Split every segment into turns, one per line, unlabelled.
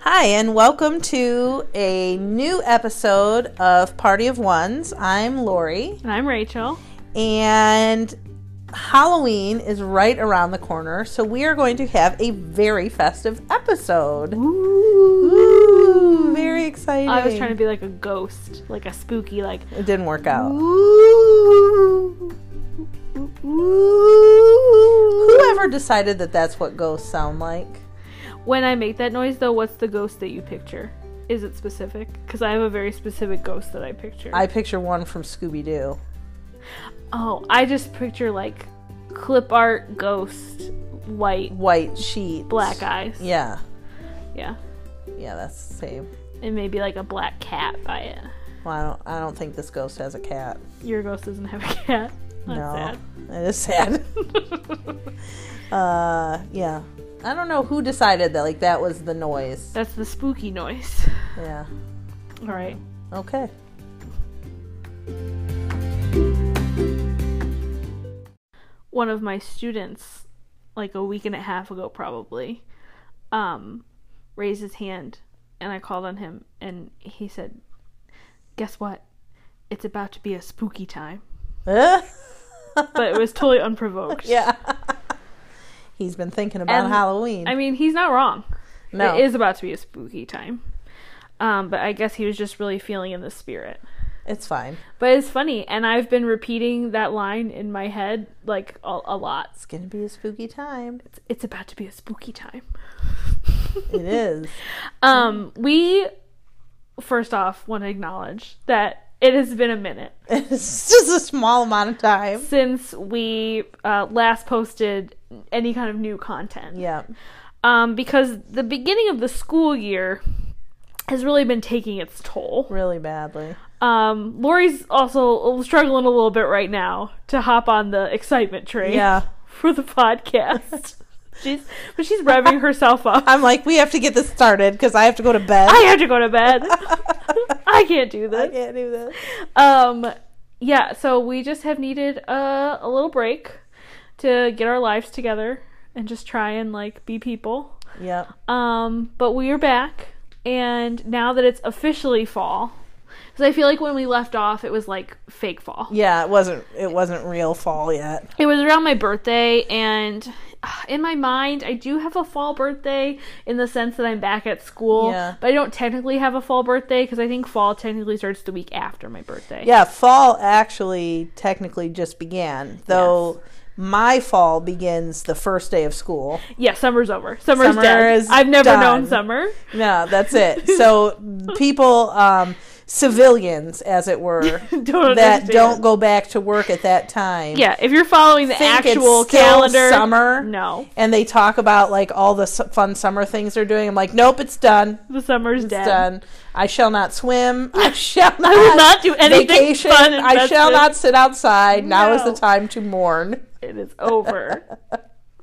Hi, and welcome to a new episode of Party of Ones. I'm Lori,
And I'm Rachel.
and Halloween is right around the corner, so we are going to have a very festive episode. Ooh, very exciting.
I was trying to be like a ghost, like a spooky, like.
It didn't work out.
Ooh.
Whoever decided that that's what ghosts sound like?
When I make that noise, though, what's the ghost that you picture? Is it specific? Because I have a very specific ghost that I picture.
I picture one from Scooby Doo.
oh, I just picture like clip art ghost, white,
White sheet.
black eyes.
Yeah.
Yeah.
Yeah, that's the same.
And maybe like a black cat by it.
Well, I don't, I don't think this ghost has a cat.
Your ghost doesn't have a cat. That's sad.
no, it is sad. uh, yeah, I don't know who decided that. Like that was the noise.
That's the spooky noise.
Yeah.
All right.
Okay.
one of my students like a week and a half ago probably um raised his hand and I called on him and he said guess what it's about to be a spooky time but it was totally unprovoked
yeah. He's been thinking about
And-
Halloween.
I mean he's not wrong
no.
it is about to be a spooky time um but I guess he was just really feeling in the spirit
It's fine.
but it's funny and I've been repeating that line in my head like a, a lot
It's gonna be a spooky time.
It's- it's about to be a spooky time
It is.
Um, we first off want to acknowledge that it has been a minute
it's just a small amount of time.
since we uh, last posted any kind of new content.
Yeah.
Um, because the beginning of the school year has really been taking its toll.
Really badly.
Um, Lori's also struggling a little bit right now to hop on the excitement train
Yeah.
for the podcast. she's but she's revving herself up.
I'm like, we have to get this started because I have to go to bed.
I have to go to bed. I can't do this.
I can't do this.
um yeah so we just have needed a, a little break to get our lives together and just try and like be people
Yep.
um but we are back and now that it's officially fall because i feel like when we left off it was like fake fall
Yeah. It wasn't. It wasn't real fall yet.
it was around my birthday and ah, in my mind i do have a fall birthday in the sense that i'm back at school
Yeah.
but i don't technically have a fall birthday because i think fall technically starts the week after my birthday
Yeah, fall actually technically just began, though my fall begins the first day of school.
Yeah, summer's over. Summer's
Summer
dead.
is
I've never
done.
known summer.
No, that's it. so people, um, civilians, as it were,
Don't
that
understand.
don't go back to work at that time.
Yeah, if you're following the
Think it's
actual
still
calendar,
summer.
No,
And they talk about like all the su- fun summer things they're doing. I'm like, nope, it's done.
the summer's
It's
dead.
done. I shall not swim. I shall not.
I will not do anything
vacation.
fun and
I shall
festive.
not sit outside. Now is
No.
the time to mourn.
It is over.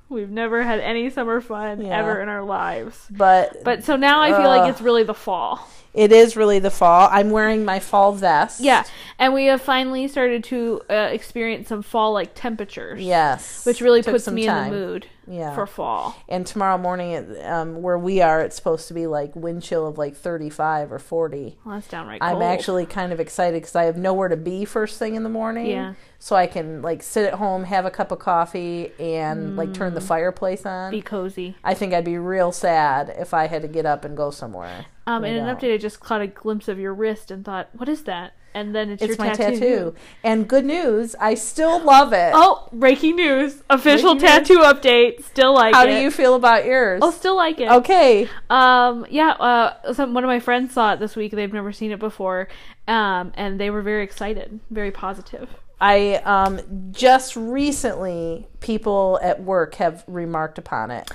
We've never had any summer fun
Yeah.
ever in our lives.
But
But so now I feel
Ugh.
like it's really the fall.
It is really the fall. I'm wearing my fall vest.
Yeah, and we have finally started to uh, experience some fall like temperatures.
Yes.
which really
Took
puts
some
me
time.
in the mood
Yeah.
for fall.
And tomorrow morning, it- um, where we are, it's supposed to be like wind chill of like 35 or 40.
Well, that's downright.
I'm
cold.
actually kind of excited because I have nowhere to be first thing in the morning.
Yeah.
So I can like sit at home, have a cup of coffee, and like turn the fireplace on.
Mm. be cozy.
I think I'd be real sad if I had to get up and go somewhere.
Um, in an
out.
update, I just caught a glimpse of your wrist and thought, "What is that?" And then it's,
It's
your
my
tattoo.
tattoo. And good news, I still love it.
Oh, breaking news! Official
Breaking
tattoo update. Still like
How
it.
do you feel about yours?
Oh, still like it.
okay.
Um, yeah. Uh, some one of my friends saw it this week. They've never seen it before. Um, and they were very excited, very positive.
I um, just recently, people at work have remarked upon it.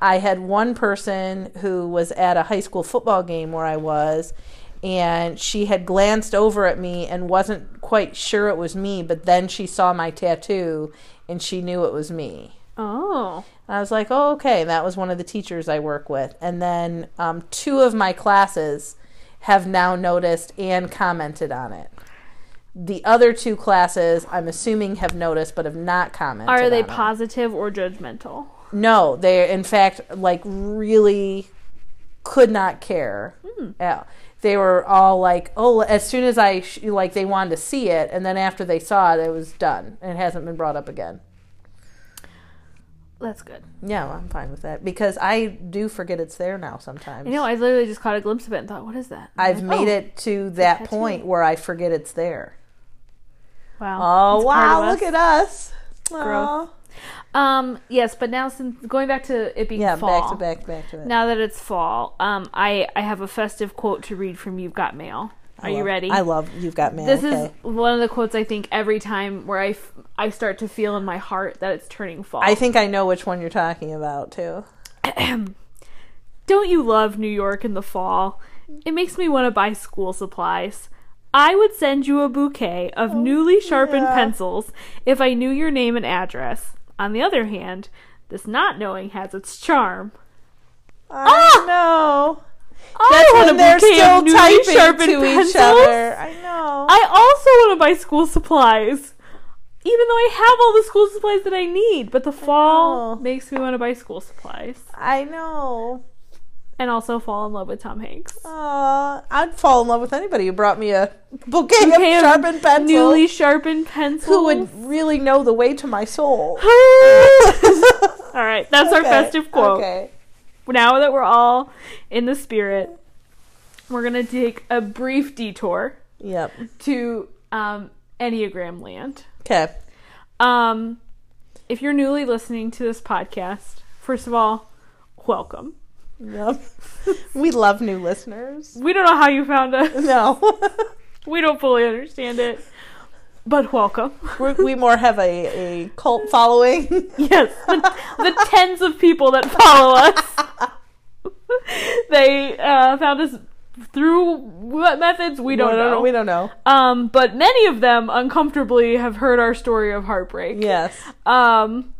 I had one person who was at a high school football game where I was, and she had glanced over at me and wasn't quite sure it was me, but then she saw my tattoo and she knew it was me.
Oh,
And I was like, oh, okay. And that was one of the teachers I work with. And then um, two of my classes have now noticed and commented on it. The other two classes, I'm assuming, have noticed but have not commented.
are they
on it.
positive or judgmental?
No, they're in fact like really could not care.
Hmm.
Yeah. They were all like, "Oh!" As soon as I sh- like, they wanted to see it, and then after they saw it, it was done, and it hasn't been brought up again.
That's good.
Yeah, well, I'm fine with that because I do forget it's there now sometimes.
I know. I literally just caught a glimpse of it and thought, "What is that?" And
I've
I'm like,
made
"Oh,
it to that
tattoo.
point where I forget it's there.
Wow.
Oh
It's part of
wow! Look
us.
at us.
Growth.
Aw.
Um. Yes, but now since going back to it being
Yeah,
fall,
back to back, back to back.
Now that it's fall, um, I I have a festive quote to read from You've Got Mail. Are
I
you
love-
ready?
I love you've got man.
This
okay.
is one of the quotes I think every time where I, f- I start to feel in my heart that it's turning fall.
I think I know which one you're talking about too.
Don't you love New York in the fall? It makes me want to buy school supplies. I would send you a bouquet of newly sharpened
Oh, yeah.
pencils if I knew your name and address. On the other hand, this not knowing has its charm.
I know.
I
That's
want
when
a
Oh, they're
bouquet
still
Ah! of newly
typing
sharpened
to
pencils. Ah!
each other. I know.
I also want to buy school supplies. Even though I have all the school supplies that I need, but the fall
know.
makes me want to buy school supplies.
I know.
And also fall in love with Tom Hanks.
Aw, I'd fall in love with anybody who brought me a bouquet,
Bouquet
of
of
sharpened pencils
Newly sharpened pencils.
who would really know the way to my soul.
All right, that's our
Okay,
festive quote.
Okay.
Now that we're all in the spirit, we're gonna take a brief detour
Yep.
to um, Enneagram Land.
Okay.
Um, if you're newly listening to this podcast, first of all, welcome.
Yep. we love new listeners.
We don't know how you found us.
No.
We don't fully understand it, but welcome.
We're, we more have a, a cult following.
Yes, the, the tens of people that follow us. they uh, found us through what methods we don't know.
We don't know.
Um, but many of them uncomfortably have heard our story of heartbreak.
Yes.
Um,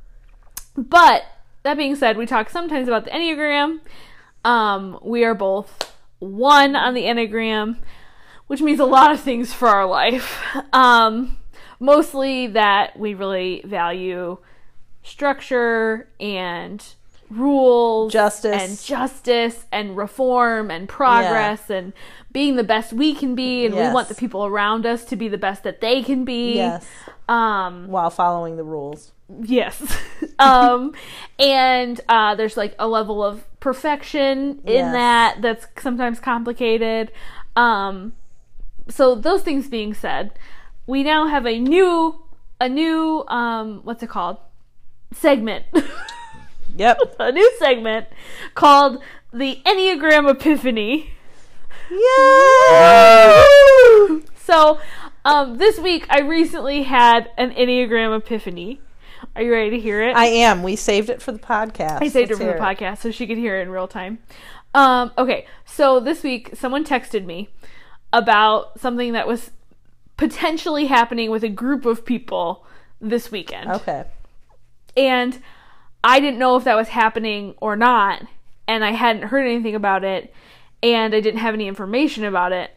but that being said, we talk sometimes about the Enneagram. Um, we are both one on the Enneagram, which means a lot of things for our life. Um, mostly that we really value structure and rules
Justice.
and justice and reform and progress and being the best we can be and we
Yes.
want the people around us to be the best that they can be
Yes.
um
While following the rules.
Yes. um, and uh, there's like a level of perfection in
Yes.
that that's sometimes complicated. Um, so those things being said, we now have a new a new um, what's it called segment,
Yep.
a new segment called the Enneagram Epiphany.
Yeah.
So um, this week I recently had an Enneagram Epiphany. Are you ready to hear it?
I am. We saved it for the podcast.
I saved her
Let's
from the
hear
podcast so she could hear it in real time. Um, okay, so this week someone texted me about something that was potentially happening with a group of people this weekend.
Okay.
And I didn't know if that was happening or not, and I hadn't heard anything about it, and I didn't have any information about it.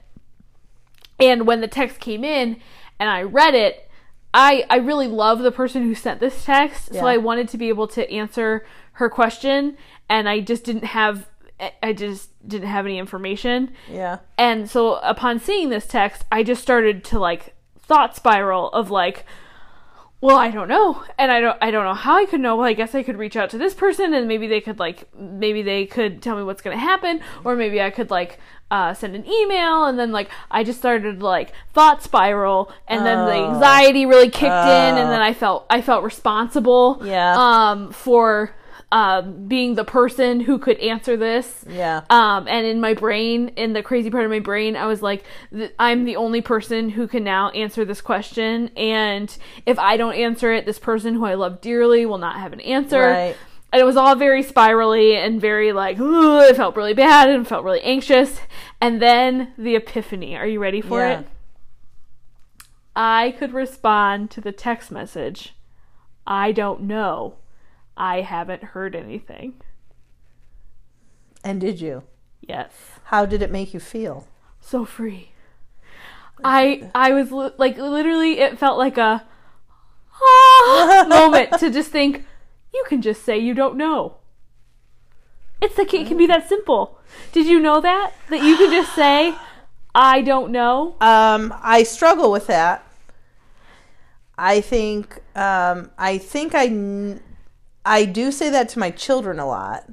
And when the text came in and I read it, I I really love the person who sent this text,
Yeah.
so I wanted to be able to answer her question, and I just didn't have I- I just didn't have any information.
Yeah.
And so upon seeing this text, I just started to like thought spiral of like well, I don't know. And I don't I don't know how I could know. Well, I guess I could reach out to this person and maybe they could like maybe they could tell me what's going to happen or maybe I could like uh, send an email and then like I just started to, like thought spiral and then the
Oh.
anxiety really kicked in
Oh.
and then I felt I felt responsible
Yeah.
um for um being the person who could answer this
Yeah.
um, and in my brain, in the crazy part of my brain, I was like, th- I'm the only person who can now answer this question. And if I don't answer it, this person who I love dearly will not have an answer.
Right.
And it was all very spirally and very like, ooh, it felt really bad and felt really anxious. And then the epiphany. Are you ready for
Yeah.
it? I could respond to the text message. I don't know. I haven't heard anything.
And did you?
Yes.
How did it make you feel?
so free. I I was li- like literally it felt like a ah moment to just think you can just say you don't know. It's like it can be that simple. Did you know that that you can just say, "I don't know."
Um, I struggle with that. I think um, I think I kn- I do say that to my children a lot.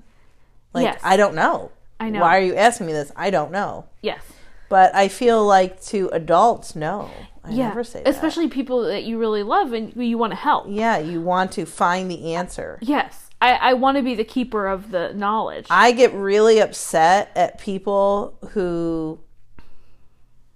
Like
Yes.
I don't know.
I know.
Why are you asking me this? I don't know.
Yes.
But I feel like to adults, no. I
yeah.
never say that.
Especially people that you really love and who you want to help.
yeah, you want to find the answer.
Yes. I, I want to be the keeper of the knowledge.
I get really upset at people who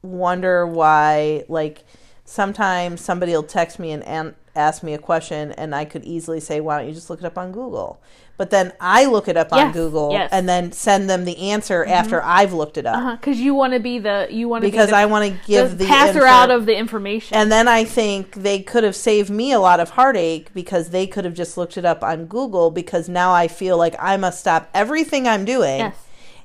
wonder why, like, sometimes somebody will text me and an- ask me a question, and I could easily say, Why don't you just look it up on Google? But then I look it up on
Yes,
Google
yes. Mm-hmm.
and then send them the answer after I've looked it up
Because Uh-huh. you want to be the you want to
because
be the,
I want to
the
give the
passer
info-
out of the information.
And then I think they could have saved me a lot of heartache because they could have just looked it up on Google because now I feel like I must stop everything I'm doing
yes.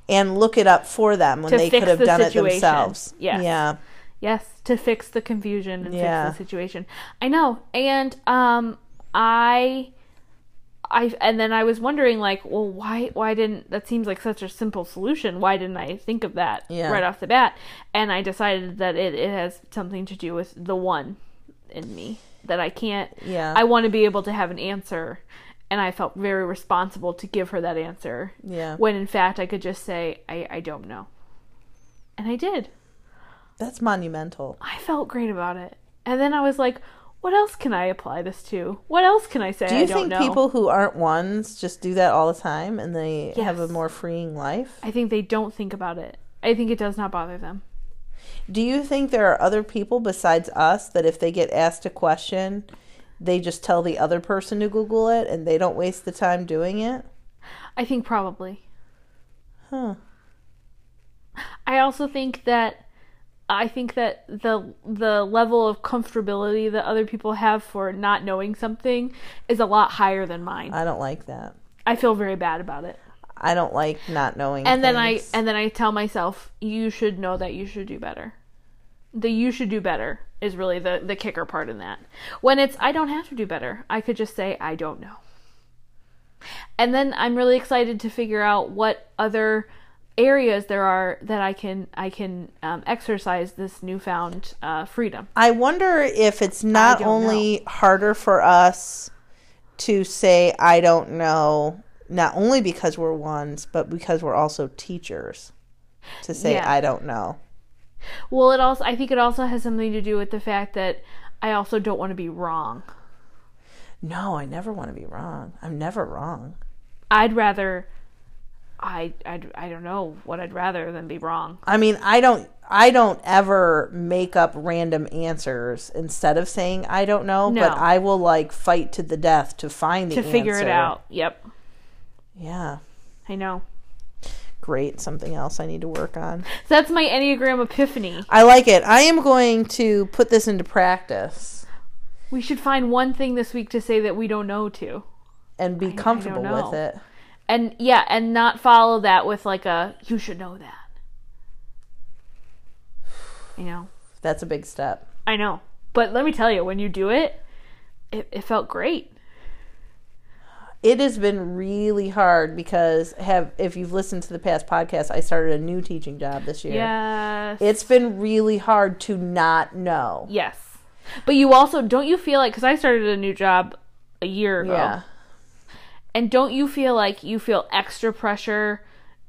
and look it up for them when
To
they
fix
could have
the
done it
situation.
themselves.
Yes.
Yeah.
Yes, to fix the confusion and
Yeah.
fix the situation. I know. And um I I and then I was wondering like, well, why why didn't that seems like such a simple solution. Why didn't I think of that
Yeah.
right off the bat? And I decided that it, it has something to do with the one in me that I can't
Yeah.
I want to be able to have an answer and I felt very responsible to give her that answer.
Yeah.
When in fact I could just say I I don't know. And I did.
That's monumental.
I felt great about it. And then I was like, what else can I apply this to? What else can I say
Do you
I don't
think
know?
people who aren't ones just do that all the time and they have a
Yes.
more freeing life?
I think they don't think about it. I think it does not bother them.
Do you think there are other people besides us that if they get asked a question, they just tell the other person to Google it and they don't waste the time doing it?
I think probably.
Huh.
I also think that I think that the the level of comfortability that other people have for not knowing something is a lot higher than mine.
I don't like that.
I feel very bad about it.
I don't like not knowing.
and then I
things.
and then I tell myself, you should know that you should do better. The you should do better is really the the kicker part in that. When it's I don't have to do better. I could just say I don't know. And then I'm really excited to figure out what other areas there are that I can I can um, exercise this newfound uh, freedom.
I wonder if it's not
don't know.
only harder for us to say I don't know, not only because we're ones, but because we're also teachers to say
Yeah.
I don't know.
Well, it also I think it also has something to do with the fact that I also don't want to be wrong.
No, I never want to be wrong. I'm never wrong.
I'd rather I I'd, I don't know what I'd rather than be wrong.
I mean, I don't I don't ever make up random answers instead of saying I don't know, but
No.
I will like fight to the death to find the
to figure it
answer.
out. Yep.
Yeah.
I know.
Great, something else I need to work on.
So that's my Enneagram epiphany.
I like it. I am going to put this into practice
We should find one thing this week to say that we don't know to.
and be comfortable
know.
with it.
And yeah, and not follow that with like a you should know that. You know.
That's a big step.
I know. But let me tell you, when you do it, it, it felt great.
It has been really hard because have if you've listened to the past podcast, I started a new teaching job this year.
Yes.
It's been really hard to not know.
yes. But you also don't you feel like cuz I started a new job a year ago.
Yeah.
And don't you feel like you feel extra pressure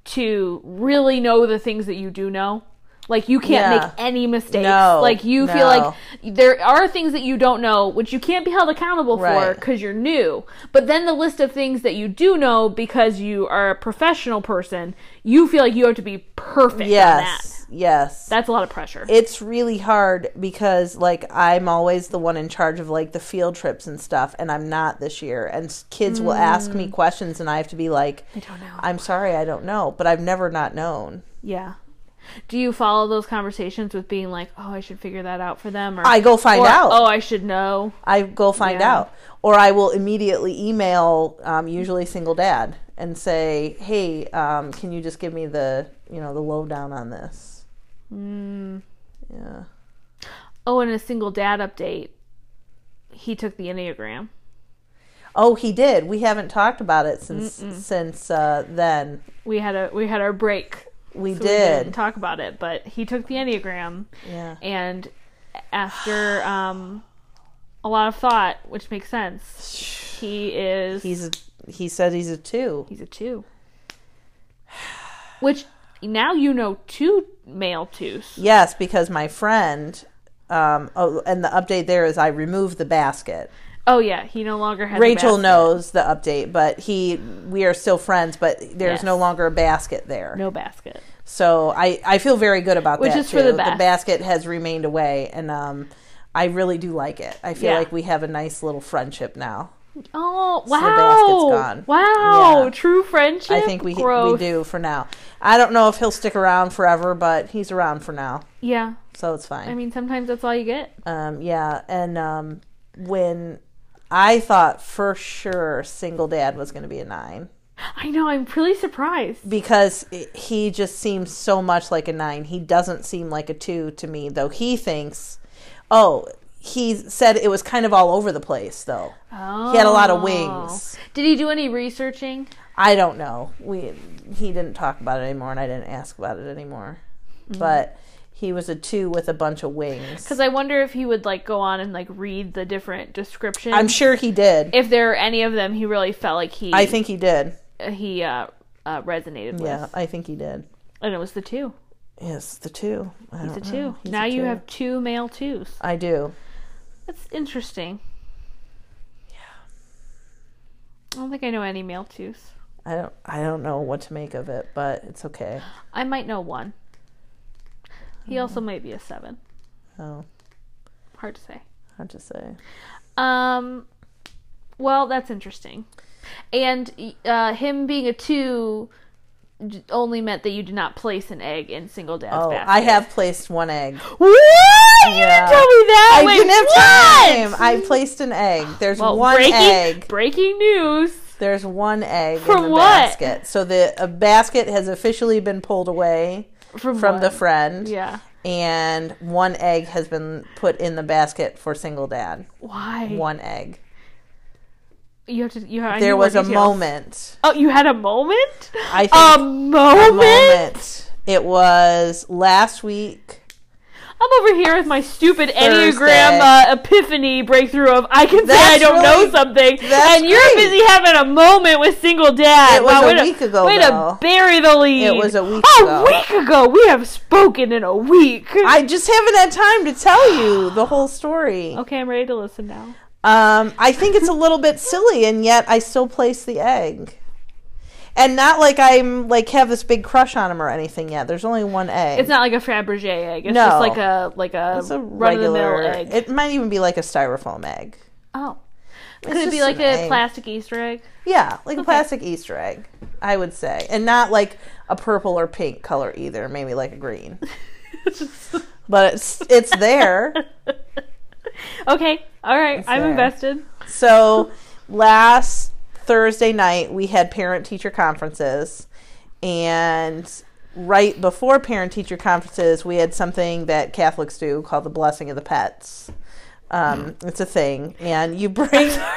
to really know the things that you do know? Like you can't
Yeah.
make any mistakes.
No,
like you
no.
feel like there are things that you don't know which you can't be held accountable for
Right.
because you're new. But then the list of things that you do know because you are a professional person, you feel like you have to be perfect on that.
Yes. Yes.
That's a lot of pressure.
it's really hard because like I'm always the one in charge of like the field trips and stuff and I'm not this year and s- kids will ask me questions and I have to be like I
Mm. don't know.
I'm sorry I don't know but I've never not known.
yeah. Do you follow those conversations with being like, "Oh, I should figure that out for them," or
I go find
or,
out.
"Oh, I should know."
I go find
Yeah.
out. Or I will immediately email, um, usually single dad, and say, "Hey, um, can you just give me the, you know, the lowdown on this?" Mm. Yeah.
Oh, in a single dad update, he took the Enneagram.
Oh, he did. We haven't talked about it since since uh, then.
We had a we had our break.
We
so
did.
didn't talk about it, but he took the Enneagram
yeah.
and after um a lot of thought, which makes sense, he is
He's a, he said he's a two.
he's a two. Which now you know two male twos.
Yes, because my friend. Um, oh, and the update there is I removed the basket.
Oh yeah, he no longer has a
Rachel
basket.
knows the update, but he we are still friends. But there's
Yes.
no longer a basket there,
no basket.
so I I feel very good about
Which
that.
is for the
too.
best.
basket has remained away, and um, I really do like it. I feel
Yeah.
like we have a nice little friendship now.
Oh
the
wow!
basket's gone.
Wow,
Yeah.
true friendship.
I think we
growth.
we do for now. I don't know if he'll stick around forever, but he's around for now,
Yeah,
so it's fine.
I mean sometimes that's all you get.
Um, yeah, and um, when I thought for sure single dad was going to be a nine
I know. I'm really surprised.
because it- he just seems so much like a nine. He doesn't seem like a two to me, though. He thinks, oh, he said it was kind of all over the place, though.
Oh.
He had a lot of wings.
Did he do any researching?
I don't know. We he didn't talk about it anymore, and I didn't ask about it anymore. But he was a two with a bunch of wings.
Because I wonder if he would like go on and like read the different descriptions.
I'm sure he did.
if there are any of them he really felt like he
I think he did.
he uh, uh resonated with.
Yeah, I think he did.
And it was the two.
Yes, the two. I
The
don't
two.
know. Uh-uh. He's
now
a
you
two.
have two male twos.
I do.
That's interesting. Yeah. I don't think I know any male twos.
I don't. I don't know what to make of it, but it's okay.
I might know one. He
Uh-huh.
also might be a seven.
Oh,
Hard to say.
hard to say.
Um, well, that's interesting. And uh, him being a two j- only meant that you did not place an egg in single dad's
Oh,
basket.
I have placed one egg.
What? You
Yeah.
didn't tell me that.
I
Oh, Wait,
didn't have
what?
time. I placed an egg. There's
Well,
one
breaking,
egg.
Breaking news.
There's one egg
From
in the
what?
basket. So the a basket has officially been pulled away
From,
from the
what?
friend,
yeah.
and one egg has been put in the basket for single dad.
Why?
One egg.
You have to. You have, I need
There
more
was a
details.
moment.
Oh, you had a moment.
I think
a moment?
moment. It was last week.
I'm over here with my stupid
Thursday.
Enneagram uh, epiphany breakthrough of I can say I
That's
don't
really-
know something,
that's
and you're
great.
busy having a moment with single dad.
It was
Wow,
a
way to-
week ago,
Way
though.
to bury the lead.
It was a week
A
ago.
week ago. We have spoken in a week.
I just haven't had time to tell you the whole story.
okay, I'm ready to listen now.
Um, I think it's a little bit silly, and yet I still place the egg. And not like I'm like have this big crush on him or anything yet. There's only one egg.
It's not like a Fabergé egg. It's
No.
just like a like a,
It's a
run of the mill
regular
egg.
It might even be like a styrofoam egg.
oh,
It's
could it be
just
like
an
a
egg.
plastic Easter egg?
Yeah, like a plastic Easter egg, I would say, and not like a purple or pink color either. Maybe like a green,
It's just-
but it's it's there.
okay, all right. I'm
there.
invested.
So last Thursday night we had parent teacher conferences and right before parent teacher conferences we had something that Catholics do called the blessing of the pets. Um, it's a thing and you bring it's a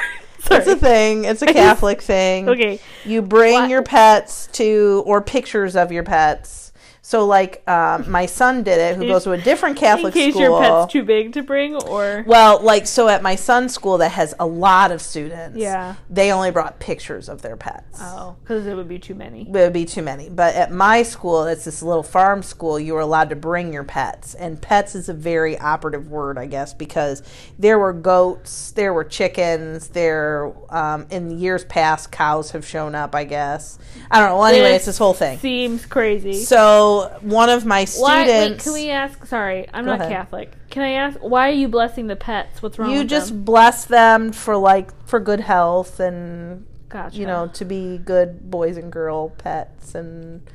Mm. Sorry.
thing. It's a Catholic thing.
Okay.
You bring
What?
your pets to or pictures of your pets. So like um, my son did it who goes to a different
in
Catholic
case
school.
your pet's too big to bring or
Well, like so at my son's school that has a lot of students.
Yeah.
They only brought pictures of their pets.
oh because it would be too many
It would be too many. But at my school, it's this little farm school, you were allowed to bring your pets. And pets is a very operative word, I guess, because there were goats, there were chickens, there um, in the years past cows have shown up, I guess. I don't know. Well anyway,
This
it's this whole thing.
seems crazy
So one of my students
why wait can we ask sorry i'm not
ahead.
catholic can i ask why are you blessing the pets what's wrong
you
with
just
them?
bless them for like for good health and
gotcha
you know, to be good boys and girl pets and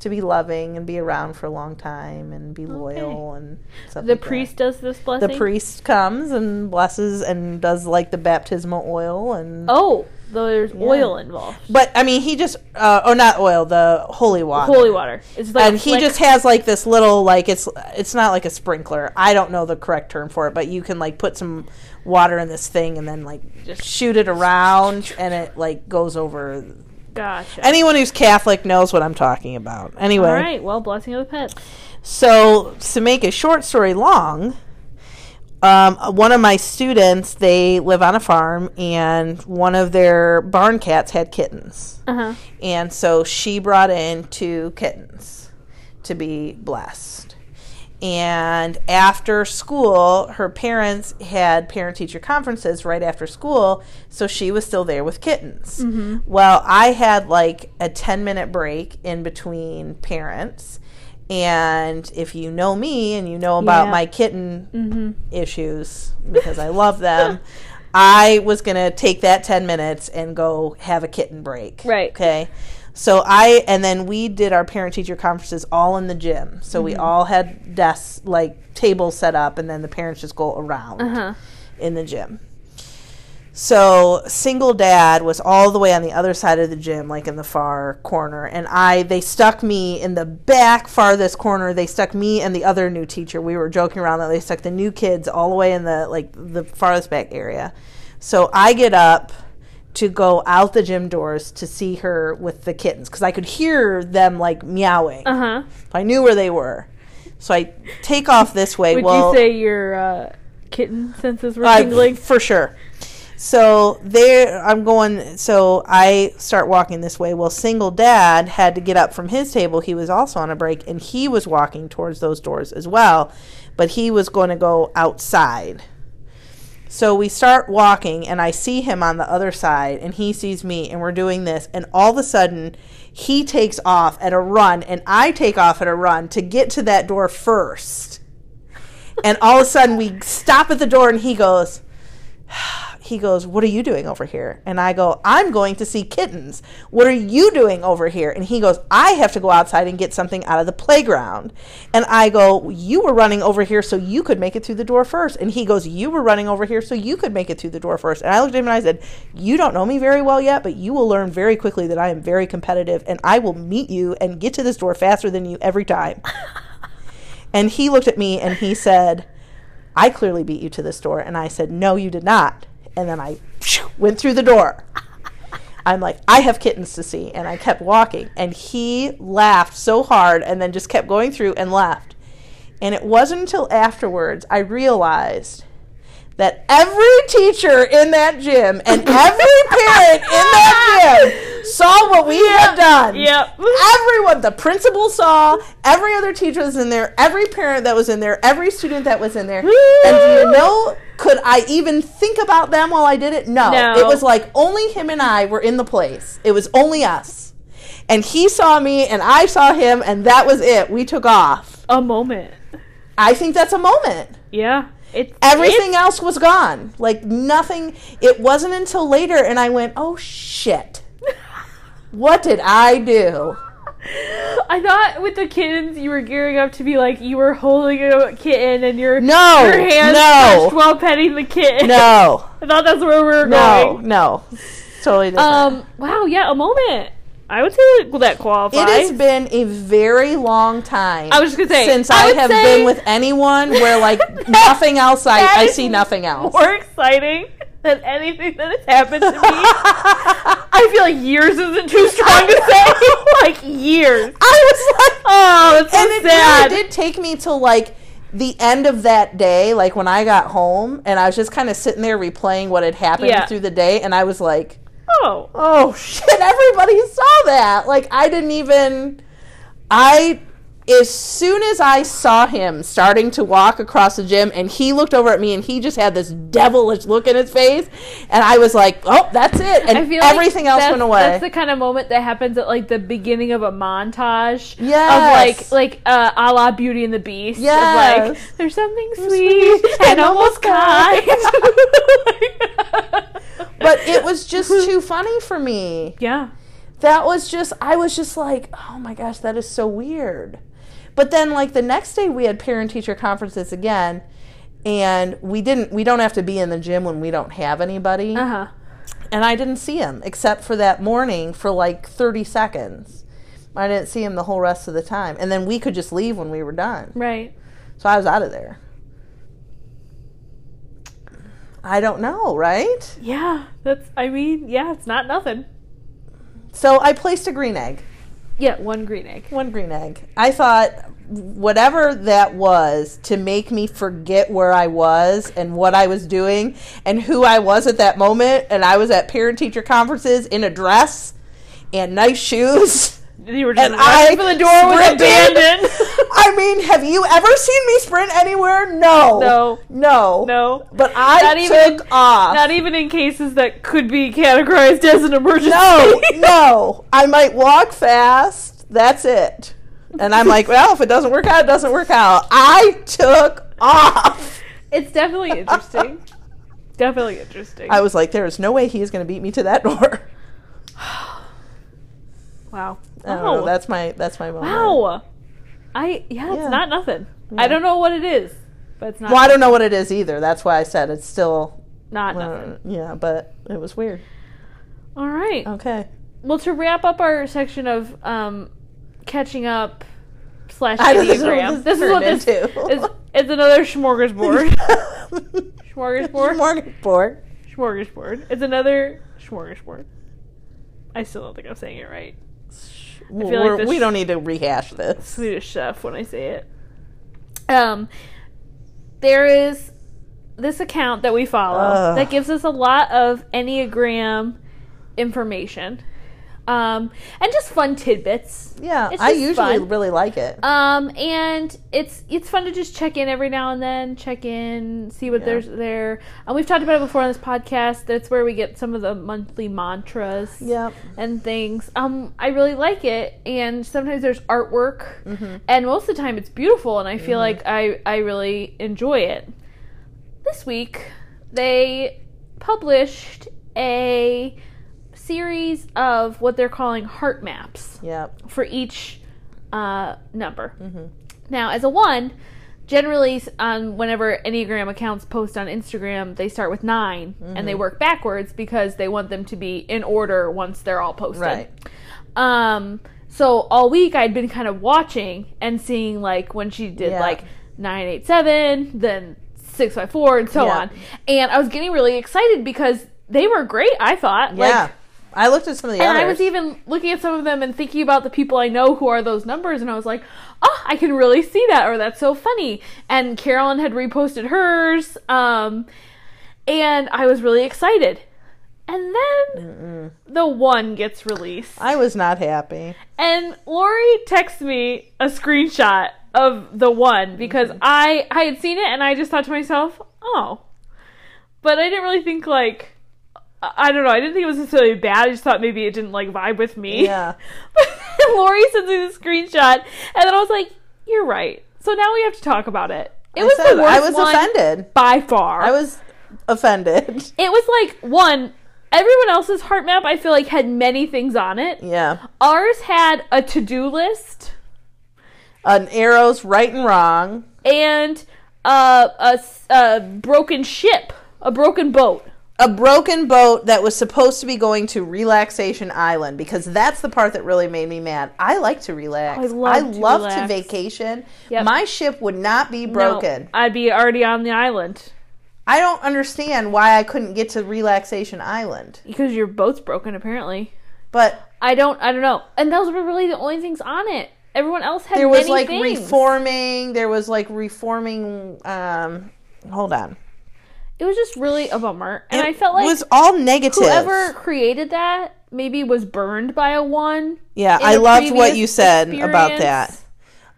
to be loving and be around for a long time and be loyal and stuff
the
like uh, that.
priest does this blessing
the priest comes and blesses and does like the baptismal oil and
oh There's oil involved.
But I mean, he just uh, oh, not oil, the holy water.
Holy water. It's like
and he just has like this little like it's it's not like a sprinkler. I don't know the correct term for it, but you can like put some water in this thing and then like
Just-
shoot it around and it like goes over.
gotcha.
Anyone who's Catholic knows what I'm talking about. Anyway,
All right. Well, blessing of the pets.
so to make a short story long, um, one of my students they live on a farm and one of their barn cats had kittens.
Uh huh.
And so she brought in two kittens to be blessed. And after school, her parents had parent teacher conferences right after school, so she was still there with kittens.
Mm-hmm.
Well, I had like a 10 minute break in between parents. And if you know me and you know about
Yeah. Mm-hmm.
my kitten issues because I love them, I was going to take that 10 minutes and go have a kitten break.
Right.
Okay. So I and then we did our parent teacher conferences all in the gym. So we all had desks like tables set up and then the parents just go around
Uh-huh.
in the gym. So single dad was all the way on the other side of the gym, like in the far corner, and I they stuck me in the back farthest corner. They stuck me and the other new teacher. We were joking around that they stuck the new kids all the way in the like the farthest back area. So I get up to go out the gym doors to see her with the kittens because I could hear them like meowing.
Uh huh.
I knew where they were. So I take off this way.
Would
well,
you say your uh, kitten senses were
I-
tingling?
Uh, for sure. So there, I'm going. So I start walking this way. Well, single dad had to get up from his table. He was also on a break, and he was walking towards those doors as well, but he was going to go outside. So we start walking, and I see him on the other side, and he sees me, and we're doing this, and all of a sudden, he takes off at a run, and I take off at a run to get to that door first and all of a sudden we stop at the door and he goes he goes what are you doing over here and i go i'm going to see kittens what are you doing over here and he goes i have to go outside and get something out of the playground and i go you were running over here so you could make it through the door first and he goes you were running over here so you could make it through the door first and i looked at him and i said you don't know me very well yet but you will learn very quickly that i am very competitive and i will meet you and get to this door faster than you every time and he looked at me and he said, I clearly beat you to this door. And I said, No, you did not. And then I went through the door. I'm like, I have kittens to see. And I kept walking. And he laughed so hard and then just kept going through and left. And it wasn't until afterwards I realized that every teacher in that gym and every parent in that gym saw what we had done
Yep.
everyone the principal saw every other teacher was in there every parent that was in there every student that was in there and do you know could i even think about them while i did it no.
No.
it was like only him and i were in the place it was only us and he saw me and i saw him and that was it we took off
A moment.
i think that's a moment
Yeah. It
everything else was gone like nothing it wasn't until later and i went oh shit what did i do
I thought with the kittens you were gearing up to be like you were holding a kitten and your
No,
your hands
no.
touched while petting the kitten.
no
I thought that's where we were
No,
going.
no, It's totally different.
Um. Wow. Yeah. A moment. I would say that, that qualifies.
it has been a very long time.
I was just gonna say,
since
I
I,
would
have
say-
been with anyone where like nothing else. I,
that
I
is
see nothing else.
more exciting than anything that has happened to me. I feel like years isn't too strong to say. like years.
I was like,
Oh, that's so
and it
sad.
really did take me till like the end of that day, like when I got home, and I was just kind of sitting there replaying what had happened
Yeah.
through the day, and I was like,
oh,
oh shit, everybody saw that. Like I didn't even I as soon as I saw him starting to walk across the gym and he looked over at me and he just had this devilish look in his face and I was like, "Oh, that's it." And
I feel like
everything else
that's-
went away.
That's the kind of moment that happens at like the beginning of a montage.
Yes.
Of like like uh, a la Beauty and the Beast. of,
Yes.
like there's something sweet,
sweet
and
and
almost
almost
kind.
but it was just too funny for me.
yeah,
that was just I was just like, oh my gosh, that is so weird. But then like the next day we had parent teacher conferences again and we didn't we don't have to be in the gym when we don't have anybody.
uh huh.
and I didn't see him except for that morning for like 30 seconds. I didn't see him the whole rest of the time. And then we could just leave when we were done.
Right.
So I was out of there. I don't know, right?
Yeah. That's. I mean, yeah. It's not nothing.
So I placed a green egg.
Yeah. One green egg.
One green egg. I thought whatever that was to make me forget where I was and what I was doing and who I was at that moment. And I was at parent teacher conferences in a dress and nice shoes.
You were just
And I
running for the door with
sprinted.
abandon.
I mean, have you ever seen me sprint anywhere? No.
No.
No.
no.
But I
Not
took
even-
off.
Not even in cases that could be categorized as an emergency.
no, no. I might walk fast. That's it. And I'm like, well, if it doesn't work out, it doesn't work out. I took off.
It's definitely interesting. definitely interesting.
I was like, there is no way he is going to beat me to that door.
wow.
I don't
Wow.
know. Oh, That's my that's my moment.
wow. I
Yeah.
yeah, it's not nothing. I don't know what it is, but it's not.
Well, I don't know what it is either. That's why I said it's still
Not nothing.
uh, yeah, but it was weird. uh,
All right.
Okay.
Well, to wrap up our section of um, catching up slash
I don't think that's what
Enneagram, this
this
is what
turned
this
into.
is. It's another smorgasbord. Smorgasbord.
Smorgasbord.
smorgasbord. It's another smorgasbord. I still don't think I'm saying it right.
Well,
like
we're-
this-
we don't need to rehash this.
Swedish chef when I say it. Um, there is this account that we follow
Ugh.
that gives us a lot of Enneagram information, um, and just fun tidbits.
Yeah,
It's
I
just
usually
fun.
really like it.
Um, and it's it's fun to just check in every now and then, check in, see what
Yeah.
there's there. And we've talked about it before on this podcast. That's where we get some of the monthly mantras
Yep.
and things. Um, I really like it, and sometimes there's artwork, and most of the time it's beautiful, and I feel like I I really enjoy it. This week they published a series of what they're calling heart maps
Yep.
for each uh, number. Now, as a one, generally, um, whenever Enneagram accounts post on Instagram, they start with 9 and they
Mm-hmm.
work backwards because they want them to be in order once they're all posted.
Right.
Um, so all week I'd been kind of watching and seeing like when she did
Yeah.
like nine eight seven, then six five four, and so
Yeah.
on. And I was getting really excited because they were great. I thought,
Yeah.
like,
I looked at some of the
and
others.
I was even looking at some of them and thinking about the people I know who are those numbers, and I was like, oh, I can really see that, or that's so funny. And Carolyn had reposted hers, um, and I was really excited. And then the one gets released,
I was not happy.
and Lori texts me a screenshot of the
Mm-hmm.
one because I I had seen it and I just thought to myself, oh, but I didn't really think like. I I don't know. I didn't think it was necessarily bad. I just thought maybe it didn't like vibe with me.
Yeah.
But then Lori sends me the screenshot, and then I was like, "You're right." So now we have to talk about it. It was
I said,
the worst
I was
one
offended.
by far.
I was offended.
it was like one. Everyone else's heart map, I feel like, had many things on it.
Yeah.
Ours had a to-do list
An arrows right and wrong.
and uh, a s- a broken ship, a broken boat.
A broken boat that was supposed to be going to Relaxation Island because that's the part that really made me mad. I like to relax.
I love
I
to
love to,
relax.
vacation.
Yep.
My ship would not be
No,
broken.
I'd be already on the island
I don't understand why I couldn't get to Relaxation Island.
because your boat's broken, apparently.
But
I don't. I don't know. And those were really the only things on it. Everyone else had
there was
many
like
things.
reforming there was like reforming um hold on
It was just really a bummer, and
It
I felt like
was all negative
whoever created that maybe was burned by a one.
yeah
in
i
a
loved what
previous
you said about
experience,
that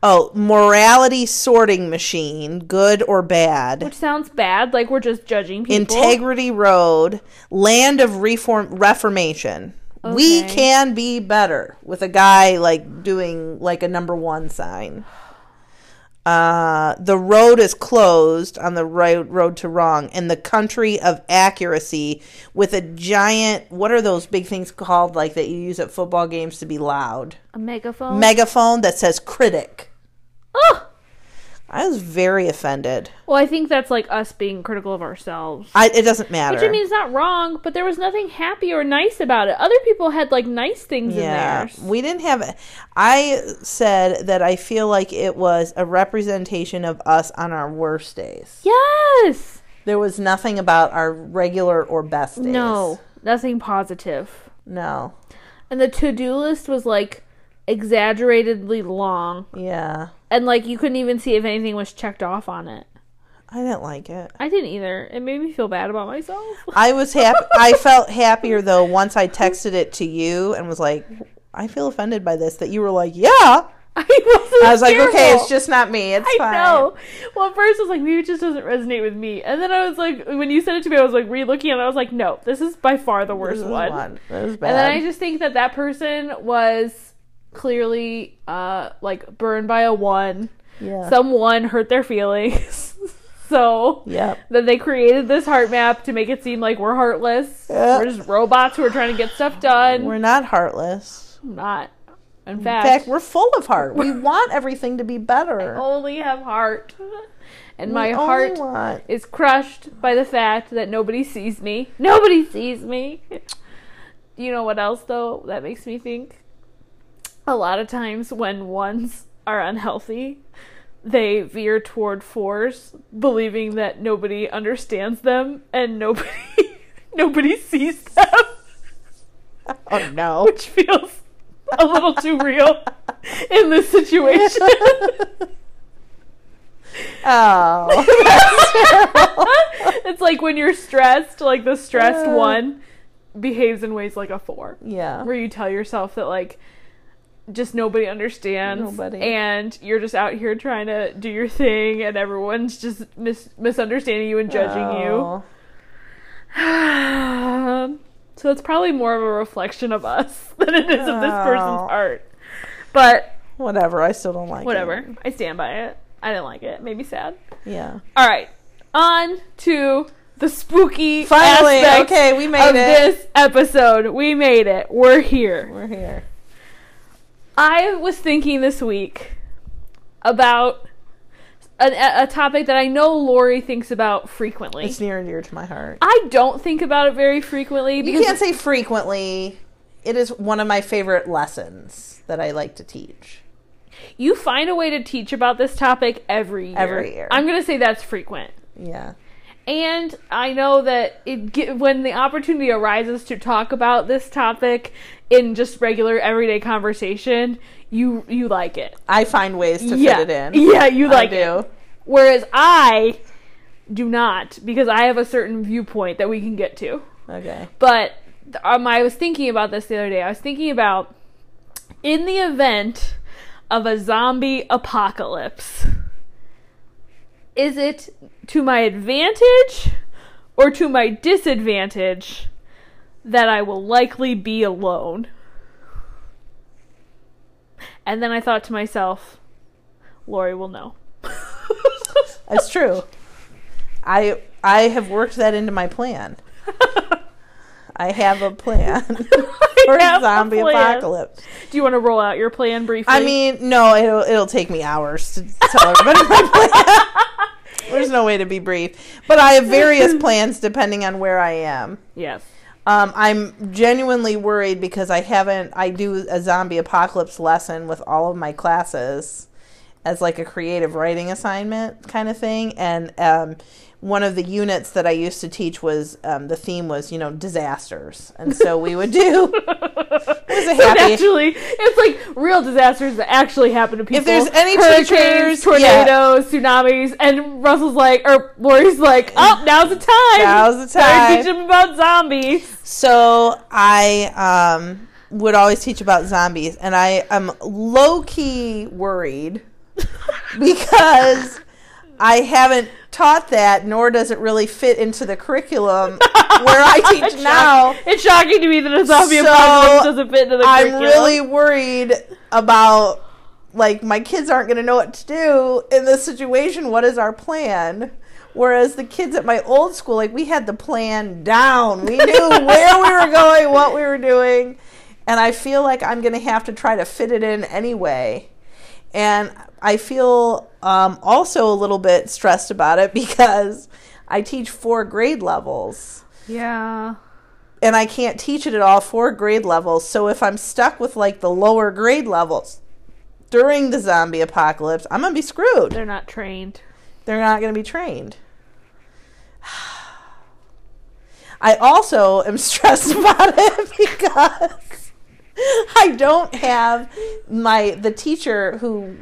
oh morality sorting machine good or bad
Which sounds bad. Like we're just judging people.
integrity road land of reform reformation we
Okay.
can be better with a guy like doing like a number one sign uh, the road is closed on the road road to wrong and the country of accuracy with a giant what are those big things called like that you use at football games to be loud
a megaphone.
megaphone that says critic
Ugh!
I was very offended.
Well, I think that's like us being critical of ourselves.
I, it doesn't matter.
Which I mean, it's not wrong, but there was nothing happy or nice about it. Other people had like nice things
yeah,
in there.
we didn't have. I said that I feel like it was a representation of us on our worst days.
Yes.
There was nothing about our regular or best days.
No, nothing positive.
no,
And the to-do list was like exaggeratedly long,
yeah,
and like you couldn't even see if anything was checked off on it.
I didn't like it.
I didn't either. It made me feel bad about myself.
I was happy. I felt happier though once I texted it to you and was like, I feel offended by this. That you were like, yeah.
I wasn't.
I was like, okay,
careful.
it's just not me. It's
I
fine.
know. Well, at first I was like, maybe it just doesn't resonate with me, and then I was like, when you said it to me, I was like re-looking at it. I was like, no, this is by far the
This
worst
is
one.
one. That was bad.
And then I just think that that person was clearly uh like burned by a one.
yeah.
Someone hurt their feelings, so
Yep.
then they created this heart map to make it seem like we're heartless.
Yeah.
We're just robots who are trying to get stuff done.
We're not heartless.
not. In
In
fact,
fact, we're full of heart. We want everything to be better.
only have heart. And
We
my
only
heart
want-
is crushed by the fact that nobody sees me. Nobody sees me. You know what else though that makes me think? A lot of times when ones are unhealthy, they veer toward fours, believing that nobody understands them and nobody nobody sees them,
Oh no.
which feels a little too real in this situation.
oh.
it's like when you're stressed, like the stressed
Uh.
one behaves in ways like a four,
Yeah.
where you tell yourself that like just nobody understands,
Nobody.
and you're just out here trying to do your thing, and everyone's just mis- misunderstanding you and judging
Oh.
you. so it's probably more of a reflection of us than it is of this
Oh.
person's art. But
Whatever. I still don't like it.
whatever, I stand by it. I didn't like it. Made me sad.
Yeah.
All right, on to the spooky
Finally.
aspects
Okay, we made
of
it.
this episode. We made it. We're here.
We're here.
I was thinking this week about an, a a topic that I know Lori thinks about frequently.
It's near and dear to my heart.
I don't think about it very frequently
You
because
can't say frequently. It is one of my favorite lessons that I like to teach.
you find a way to teach about this topic every year.
Every year.
I'm going to say that's frequent.
Yeah.
And I know that it ge- when the opportunity arises to talk about this topic in just regular everyday conversation, you you like it.
I find ways to
yeah.
fit it in.
Yeah, you like
I
it.
do.
Whereas I do not because I have a certain viewpoint that we can get to.
Okay.
But um, I was thinking about this the other day. I was thinking about in the event of a zombie apocalypse, is it to my advantage or to my disadvantage that I will likely be alone? And then I thought to myself, Lori will know.
It's true. I I have worked that into my plan. I have a plan for
I have a
zombie
plan.
apocalypse.
Do you want to roll out your plan briefly?
I mean, no, it'll it'll take me hours to tell everybody my plan. There's no way to be brief, but I have various plans depending on where I am.
yes.
Um, I'm genuinely worried because I haven't. I do a zombie apocalypse lesson with all of my classes as like a creative writing assignment kind of thing. And um, one of the units that I used to teach was um, the theme was you know disasters, and so we would do. it was a
So
happy.
Actually, it's like real disasters that actually happen to people.
If there's any
hurricanes,
teachers-
tornadoes, tsunamis, and Russell's like, or Lori's like, oh, now's the time.
Now's the
Better
time."
Teach them about zombies.
So I um, would always teach about zombies, and I am low key worried because I haven't taught that, nor does it really fit into the curriculum where I
It's
teach now.
shock- it's shocking to me that a zombie
So,
apocalypse doesn't fit into the
I'm
curriculum.
really worried about like my kids aren't going to know what to do in this situation. What is our plan? Whereas the kids at my old school, like we had the plan down. We knew where we were going, what we were doing, and I feel like I'm going to have to try to fit it in anyway. And I feel um, also a little bit stressed about it because I teach four grade levels
Yeah.
and I can't teach it at all four grade levels. So if I'm stuck with like the lower grade levels during the zombie apocalypse, I'm going to be screwed.
They're not trained.
They're not going to be trained. I also am stressed about it because I don't have my the teacher who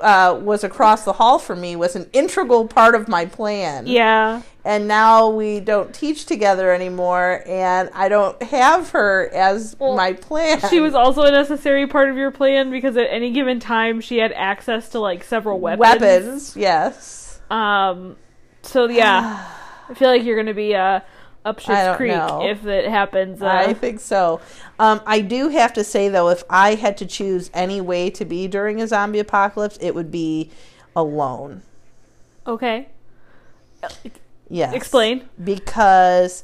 uh, was across the hall from me was an integral part of my plan
Yeah.
and now we don't teach together anymore and i don't have her as
Well,
my plan
She was also a necessary part of your plan because at any given time she had access to like several weapons.
weapons yes
Um so yeah. I feel like you're gonna be uh up
I don't
Shit's Creek
know.
if it happens. Uh,
i think so um, i do have to say though if i had to choose any way to be during a zombie apocalypse it would be alone
okay.
yes
Explain.
because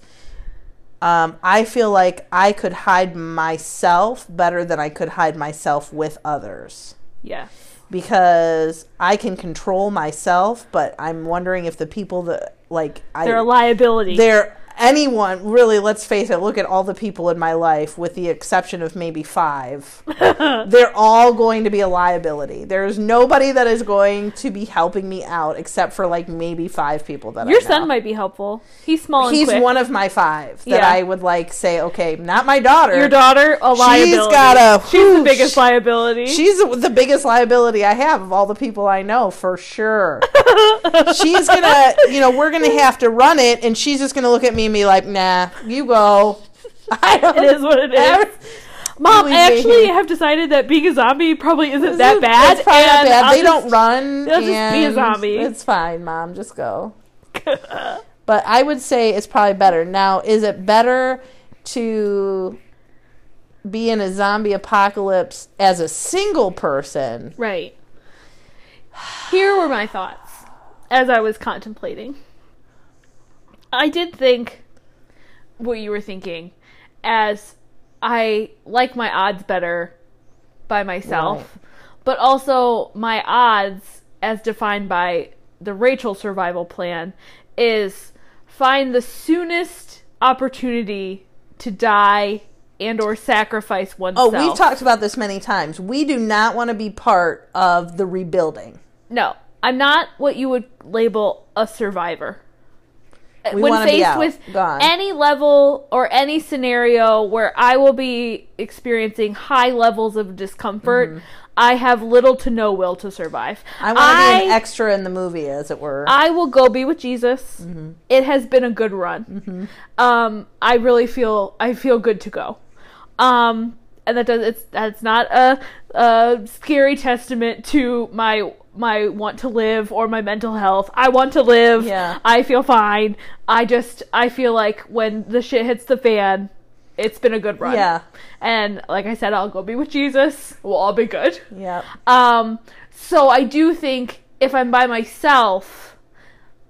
um, i feel like i could hide myself better than i could hide myself with others
Yeah.
because I can control myself, but I'm wondering if the people that like I
They're a liability.
they're anyone really. Let's face it. Look at all the people in my life, with the exception of maybe five. they're all going to be a liability. There is nobody that is going to be helping me out except for like maybe five people that
your
I know.
son might be helpful. He's small and
He's
quick.
one of my five that
Yeah.
I would like say, okay, not my daughter.
your daughter, a liability.
got a-
She's the
whoosh.
biggest liability.
She's the biggest liability I have of all the people I know for sure. she's gonna, you know, we're gonna have to run it, and she's just gonna look at me and be like, "Nah, you go." I don't.
It is what it is. Mom, I actually have decided that being a zombie probably isn't that bad.
It's probably not
and
bad.
I'll
they
just-
don't run.
they'll just be a
and
zombie.
It's fine, mom. Just go. But I would say it's probably better. Now, is it better to be in a zombie apocalypse as a single person?
Right. Here were my thoughts as I was contemplating. I did think what you were thinking, as I like my odds better by myself, but also my odds, as defined by the Rachel survival plan, is find the soonest opportunity to die and or sacrifice
Oh,
oneself.
we've talked about this many times. We do not want to be part of the rebuilding.
No, I'm not what you would label a survivor.
We
when
wanna be
faced
out,
with
gone.
any level or any scenario where I will be experiencing high levels of discomfort, I have little to no will to survive.
Mm-hmm. I want to be an
I-
extra in the movie, as it were.
I will go be with Jesus.
Mm-hmm.
It has been a good run. Um, I really feel I feel good to go. Um, and that does it's that's not a, a scary testament to my my want to live or my mental health. I want to live.
Yeah.
I feel fine. I just I feel like when the shit hits the fan, it's been a good run.
Yeah.
And like I said, I'll go be with Jesus. We'll all be good.
yep.
Um, so I do think if I'm by myself,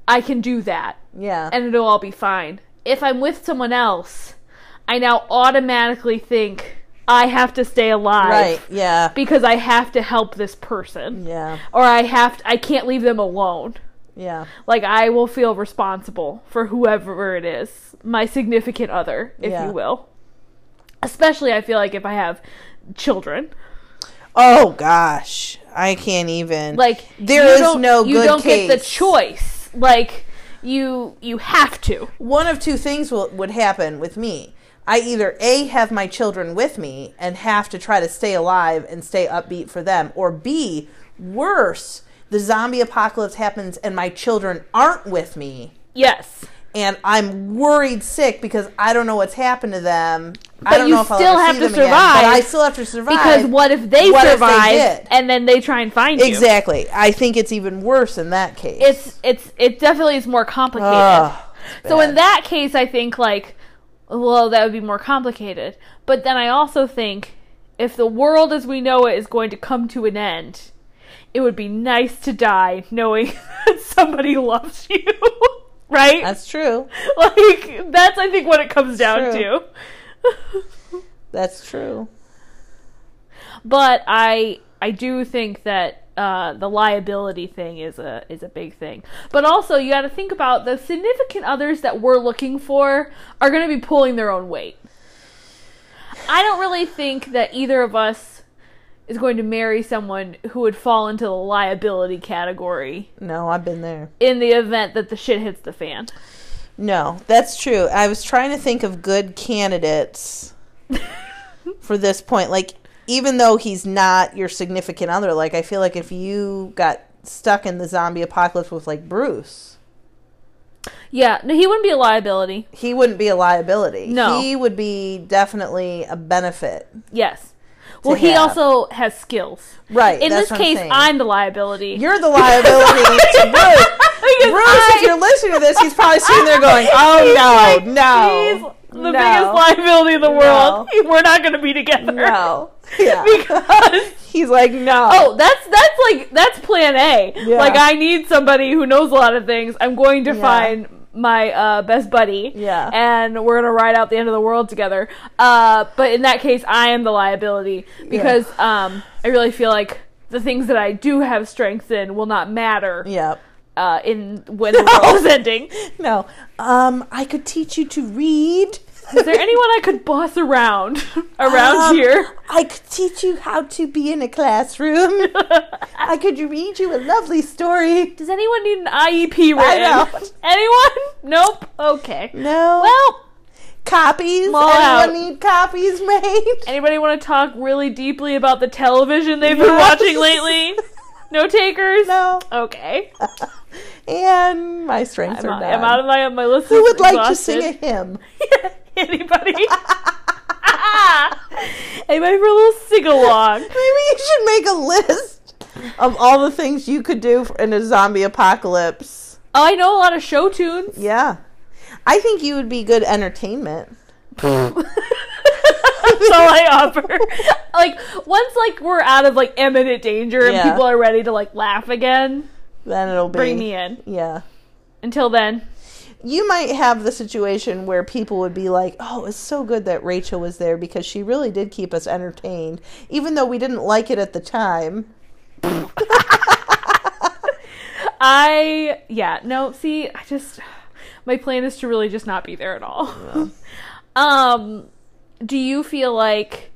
I can do that
Yeah.
and it'll all be fine. If I'm with someone else, I now automatically think I have to stay alive
right. Yeah.
because I have to help this person
yeah.
or I have to, I can't leave them alone.
Yeah.
Like I will feel responsible for whoever it is, my significant other, if
Yeah.
you will. Especially I feel like if I have children.
Oh gosh, I can't even.
like
there
you
is
don't-
no
you
good
don't get the
case.
choice like you you have to
one of two things will, would happen with me. I either A, have my children with me and have to try to stay alive and stay upbeat for them, or B, worse, the zombie apocalypse happens and my children aren't with me
yes
and I'm worried sick because I don't know what's happened to them. I
But
don't
you
know if I'll
still
ever
have
see
to
them again, but I
survive.
still have to survive
because what if they
What if they
survive
did?
and then they try and find you
Exactly. I think it's even worse in that case.
it's it's it definitely is more complicated
Ugh,
so in
Ah, bad.
that case i think like well that would be more complicated but then i also think if the world as we know it is going to come to an end it would be nice to die knowing that somebody loves you right
that's true.
like that's I think what it comes down
True.
to.
That's true.
But I I do think that uh, the liability thing is a is a big thing. But also, you got to think about the significant others that we're looking for are going to be pulling their own weight. I don't really think that either of us is going to marry someone who would fall into the liability category
No, I've been there.
in the event that the shit hits the fan.
No, that's true. I was trying to think of good candidates for this point. Like, even though he's not your significant other, like, I feel like if you got stuck in the zombie apocalypse with, like, Bruce,
Yeah, no, he wouldn't be a liability.
he wouldn't be a liability.
No.
He would be definitely a benefit.
Yes. Well, he
have.
also has skills.
Right.
In
that's
this
what I'm
case,
saying.
I'm the liability.
You're the liability to Bruce.
Because
Bruce,
I-
if you're listening to this, he's probably sitting there going, oh,
He's
no,
like,
no.
He's the
no,
biggest liability in the world. We're not going to be together.
No. Yeah.
Because
He's like, no.
oh, that's that's like that's plan A.
Yeah.
Like I need somebody who knows a lot of things. I'm going to
Yeah.
find my uh, best buddy.
Yeah.
And we're gonna ride out the end of the world together. Uh, but in that case, I am the liability because um, I really feel like the things that I do have strength in will not matter
Yep.
uh, in when the world is ending.
No. Um, I could teach you to read.
Is there anyone I could boss around around
Um,
here?
I could teach you how to be in a classroom. I could read you a lovely story.
Does anyone need an IEP written?
I know.
Anyone? Nope. Okay.
No.
Well,
copies.
Mall out.
Anyone need copies made?
anybody want to talk really deeply about the television they've been
Yes.
watching lately? No takers.
No.
Okay.
And my strengths
I'm,
are
out,
done.
I'm out of my my list.
Who would like to sing a hymn?
anybody? anybody for a little sing along?
Maybe you should make a list of all the things you could do in a zombie apocalypse.
I know a lot of show tunes.
Yeah. I think you would be good entertainment.
That's all I offer. Like once like we're out of like imminent danger and
Yeah.
people are ready to like laugh again,
Then it'll be.
bring me in.
Yeah.
Until then,
you might have the situation where people would be like, "Oh, it's so good that Rachel was there because she really did keep us entertained, even though we didn't like it at the time."
I yeah no see I just my plan is to really just not be there at all. um, do you feel like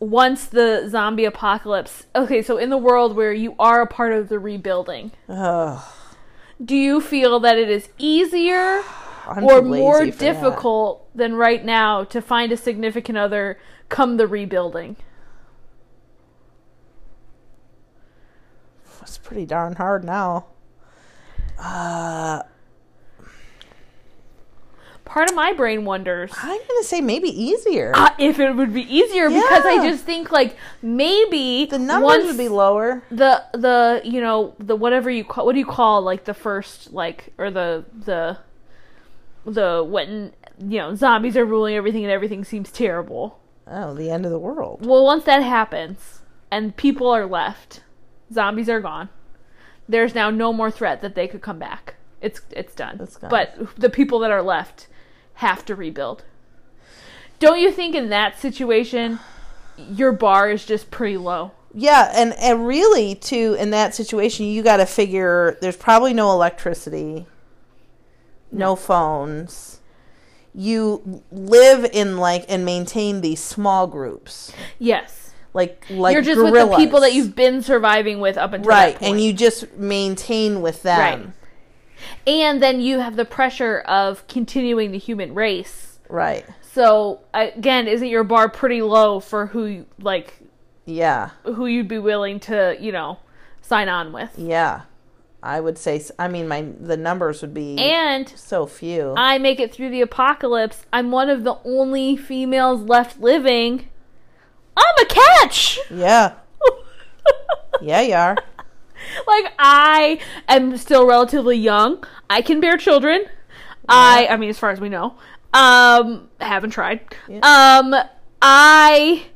once the zombie apocalypse? Okay, so in the world where you are a part of the rebuilding,
Ugh,
do you feel that it is easier?
I'm
or
too lazy
more
for that.
difficult than right now to find a significant other come the rebuilding.
It's pretty darn hard now. Uh,
Part of my brain wonders
I'm gonna say maybe easier.
ah, if it would be easier because I
Yeah.
just think like maybe
The numbers
once
would be lower.
the the you know the whatever you call what do you call like the first like or the the the when you know zombies are ruling everything and everything seems terrible.
Oh, the end of the world.
Well, once that happens and people are left, zombies are gone. There's now no more threat that they could come back. It's it's done.
It's gone.
But the people that are left have to rebuild. Don't you think in that situation your bar is just pretty low?
Yeah, and and really, too, in that situation, you got to figure there's probably no electricity, no phones. You live in like and maintain these small groups,
Yes.
like like
You're just with the
guerrillas.
people that you've been surviving with up until
right,
that point.
and you just maintain with them.
Right. and then you have the pressure of continuing the human race.
Right.
So again, isn't your bar pretty low for who you- like
Yeah.
who you'd be willing to, you know, sign on with.
Yeah. I would say. s- I mean, my the numbers would be
And
so few.
I make it through the apocalypse. I'm one of the only females left living. I'm a catch.
yeah. Yeah, you are.
like I am still relatively young. I can bear children. I I mean as far as we know. Um haven't tried. Um I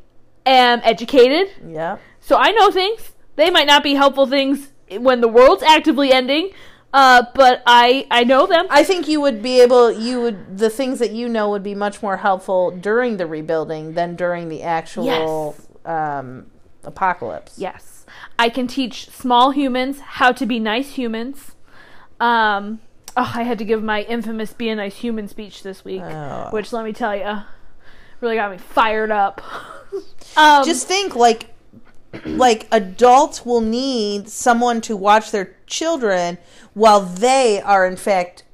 am educated.
Yeah.
So I know things. They might not be helpful things when the world's actively ending, uh, but I I know them.
I think you would be able you would the things that you know would be much more helpful during the rebuilding than during the actual um apocalypse.
Yes. I can teach small humans how to be nice humans. Um, oh, I had to give my infamous "Be a Nice Human" speech this week,
Oh.
which let me tell you, really got me fired up. um,
Just think like like adults will need someone to watch their children while they are in fact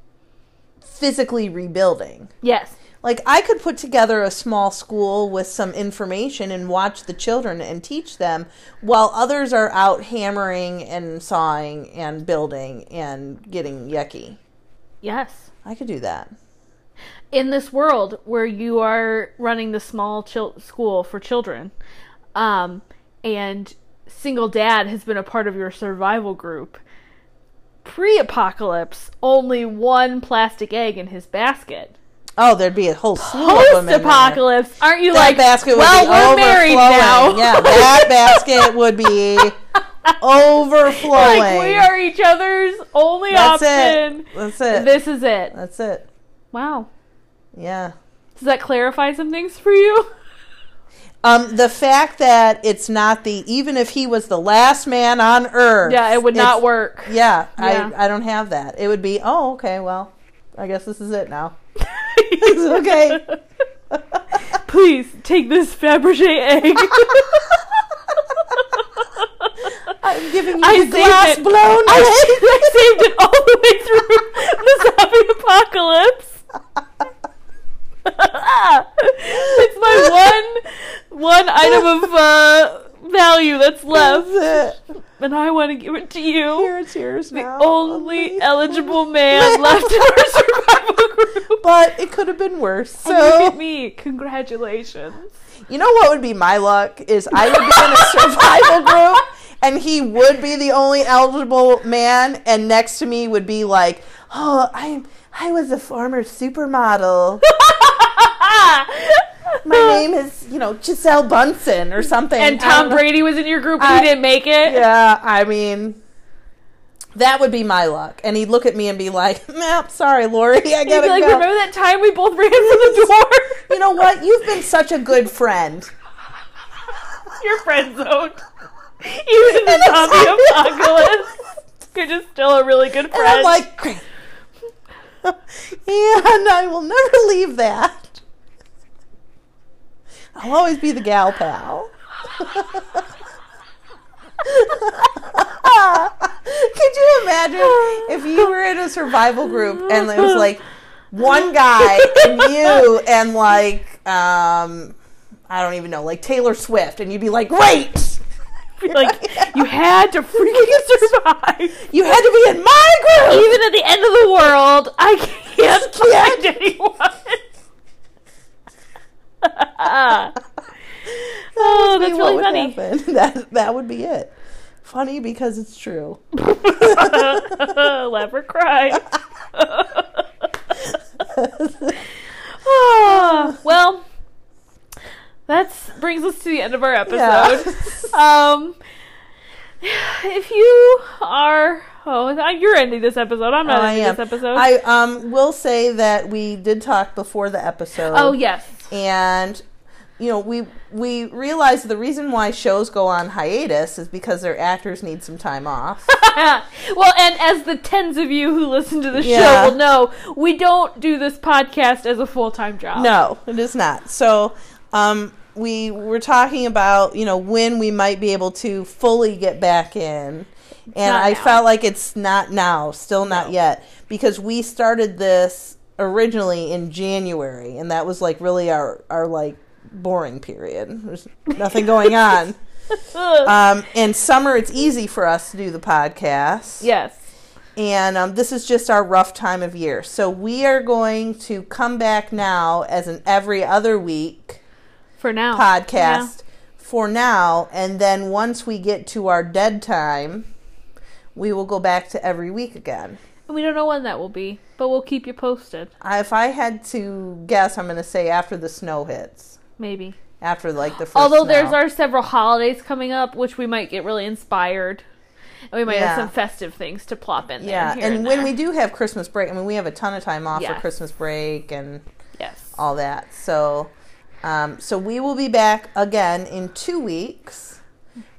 physically rebuilding.
yes,
Like I could put together a small school with some information and watch the children and teach them while others are out hammering and sawing and building and getting yucky.
yes.
I could do that.
in this world where you are running the small chil- school for children um, and single dad has been a part of your survival group pre-apocalypse only one plastic egg in his basket
Oh, there'd be a whole slew of women. there.
post-apocalypse aren't you
that
like
basket would
well
be
we're married
overflowing.
now
yeah, that basket would be overflowing.
like we are each other's only
That's
option
it. That's it.
this is it
That's it.
wow
Yeah.
does that clarify some things for you
Um, the fact that it's not the even if he was the last man on earth.
yeah it would not
it's-
work
Yeah,
Yeah.
I I don't have that. It would be oh okay well I guess this is it now. It's okay.
Please take this Fabergé egg.
I'm giving you
I
the
saved
glass
it.
blown. away.
I, I saved it all the way through the zombie apocalypse. it's my one one item of uh, value that's left,
That's it.
and I want to give it to you.
Here it's yours now.
Only
Ellie.
eligible man left in our survival group.
but it could have been worse. So
And Look at me! Congratulations.
You know what would be my luck is I would be in a survival group and he would be the only eligible man and next to me would be like, "Oh, I I was a former supermodel. Ah, My name is, you know, Giselle Bunsen or something."
and
I
Tom
don't know.
Brady was in your group.
I-
He didn't make it.
Yeah, I mean that would be my luck. And he'd look at me and be like, "Nope, sorry, Lori. I
He'd
got
be
to
like,
go."
remember that time we both ran for the
you know what? You've been such a good friend.
door? your friend zoned. Even in the
And it's-
zombie apocalypse, you're just still a really good
And
friend.
I'm like, great. and I will never leave that. I'll always be the gal pal. Could you imagine if you were in a survival group and it was like one guy and you and like um I don't even know, like Taylor Swift, and you'd be like, Great!
Be like, you had to freaking survive.
You had to be in my group!
Even at the end of the world, I can't find anyone. oh, that's
me
really
what
funny.
would happen. That that would be it. Funny because it's true.
Laugh or cry. Ah, well, that brings us to the end of our episode. Um, if you are, oh, you're ending this episode. I'm not
Oh, I
ending
am.
this episode.
I um will say that we did talk before the episode.
oh yes,
and you know we we realized the reason why shows go on hiatus is because their actors need some time off.
well, and as the tens of you who listen to the
Yeah.
show will know, we don't do this podcast as a full time job.
no, it is not. So um we were talking about you know when we might be able to fully get back in. And
not
I
now.
felt like it's not now, still not
No.
yet, because we started this originally in January, and that was like really our our like boring period. There's nothing going on.
Ugh.
Um, and summer, it's easy for us to do the podcast.
yes.
And um, this is just our rough time of year. So we are going to come back now as an every other week
For now. Yeah.
podcast for now. And then once we get to our dead time, we will go back to every week again.
We don't know when that will be, but we'll keep you posted.
I- If I had to guess, I'm going to say after the snow hits.
Maybe.
After like the first
Although there's
snow.
our several holidays coming up, which we might get really inspired. And we might
Yeah.
have some festive things to plop in there.
Yeah,
here
and, when
there.
we do have Christmas break, I mean, we have a ton of time off for
Yes.
Christmas break and
Yes.
all that. So, um, so we will be back again in two weeks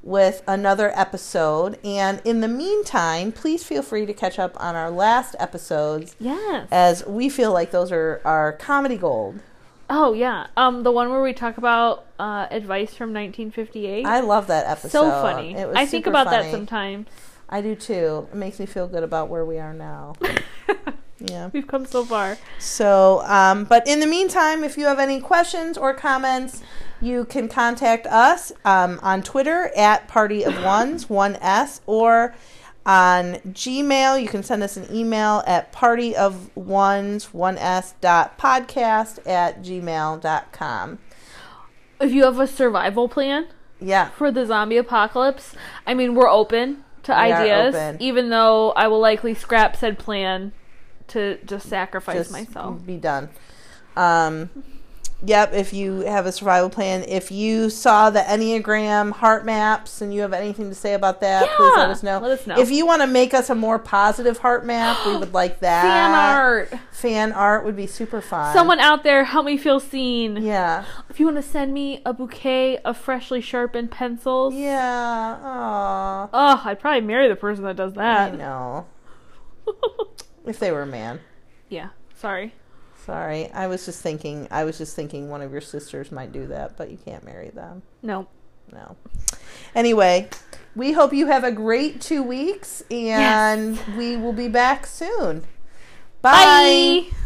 with another episode. And in the meantime, please feel free to catch up on our last episodes
Yes.
as we feel like those are our comedy gold.
Oh yeah. Um, the one where we talk about uh, advice from 1958.
I love that episode.
so funny.
It was
I think
super
about that
funny.
sometimes.
I do too. It makes me feel good about where we are now. yeah.
We've come so far.
So, um, but in the meantime, if you have any questions or comments, you can contact us um, on Twitter at Party of Ones, one S, or on Gmail. You can send us an email at Party of Ones, one S, dot podcast at gmail dot com.
If you have a survival plan
Yeah.
for the zombie apocalypse, I mean, we're open to
We are
ideas,
open.
even though I will likely scrap said plan to just sacrifice
just
myself.
be done. Um, yep. If you have a survival plan, if you saw the Enneagram heart maps and you have anything to say about that, please let
Yeah,
us know.
let us know.
If you want to make us a more positive heart map, we would like that.
Fan art.
Fan art would be super fun.
Someone out there, help me feel seen.
Yeah.
If you want to send me a bouquet of freshly sharpened pencils,
Yeah. Aw.
oh, I'd probably marry the person that does
I
that.
know. If they were a man.
yeah, sorry.
Sorry, I was just thinking. I was just thinking one of your sisters might do that, but you can't marry them.
No.
No. Anyway, we hope you have a great two weeks and we will be back soon. Bye.
Bye.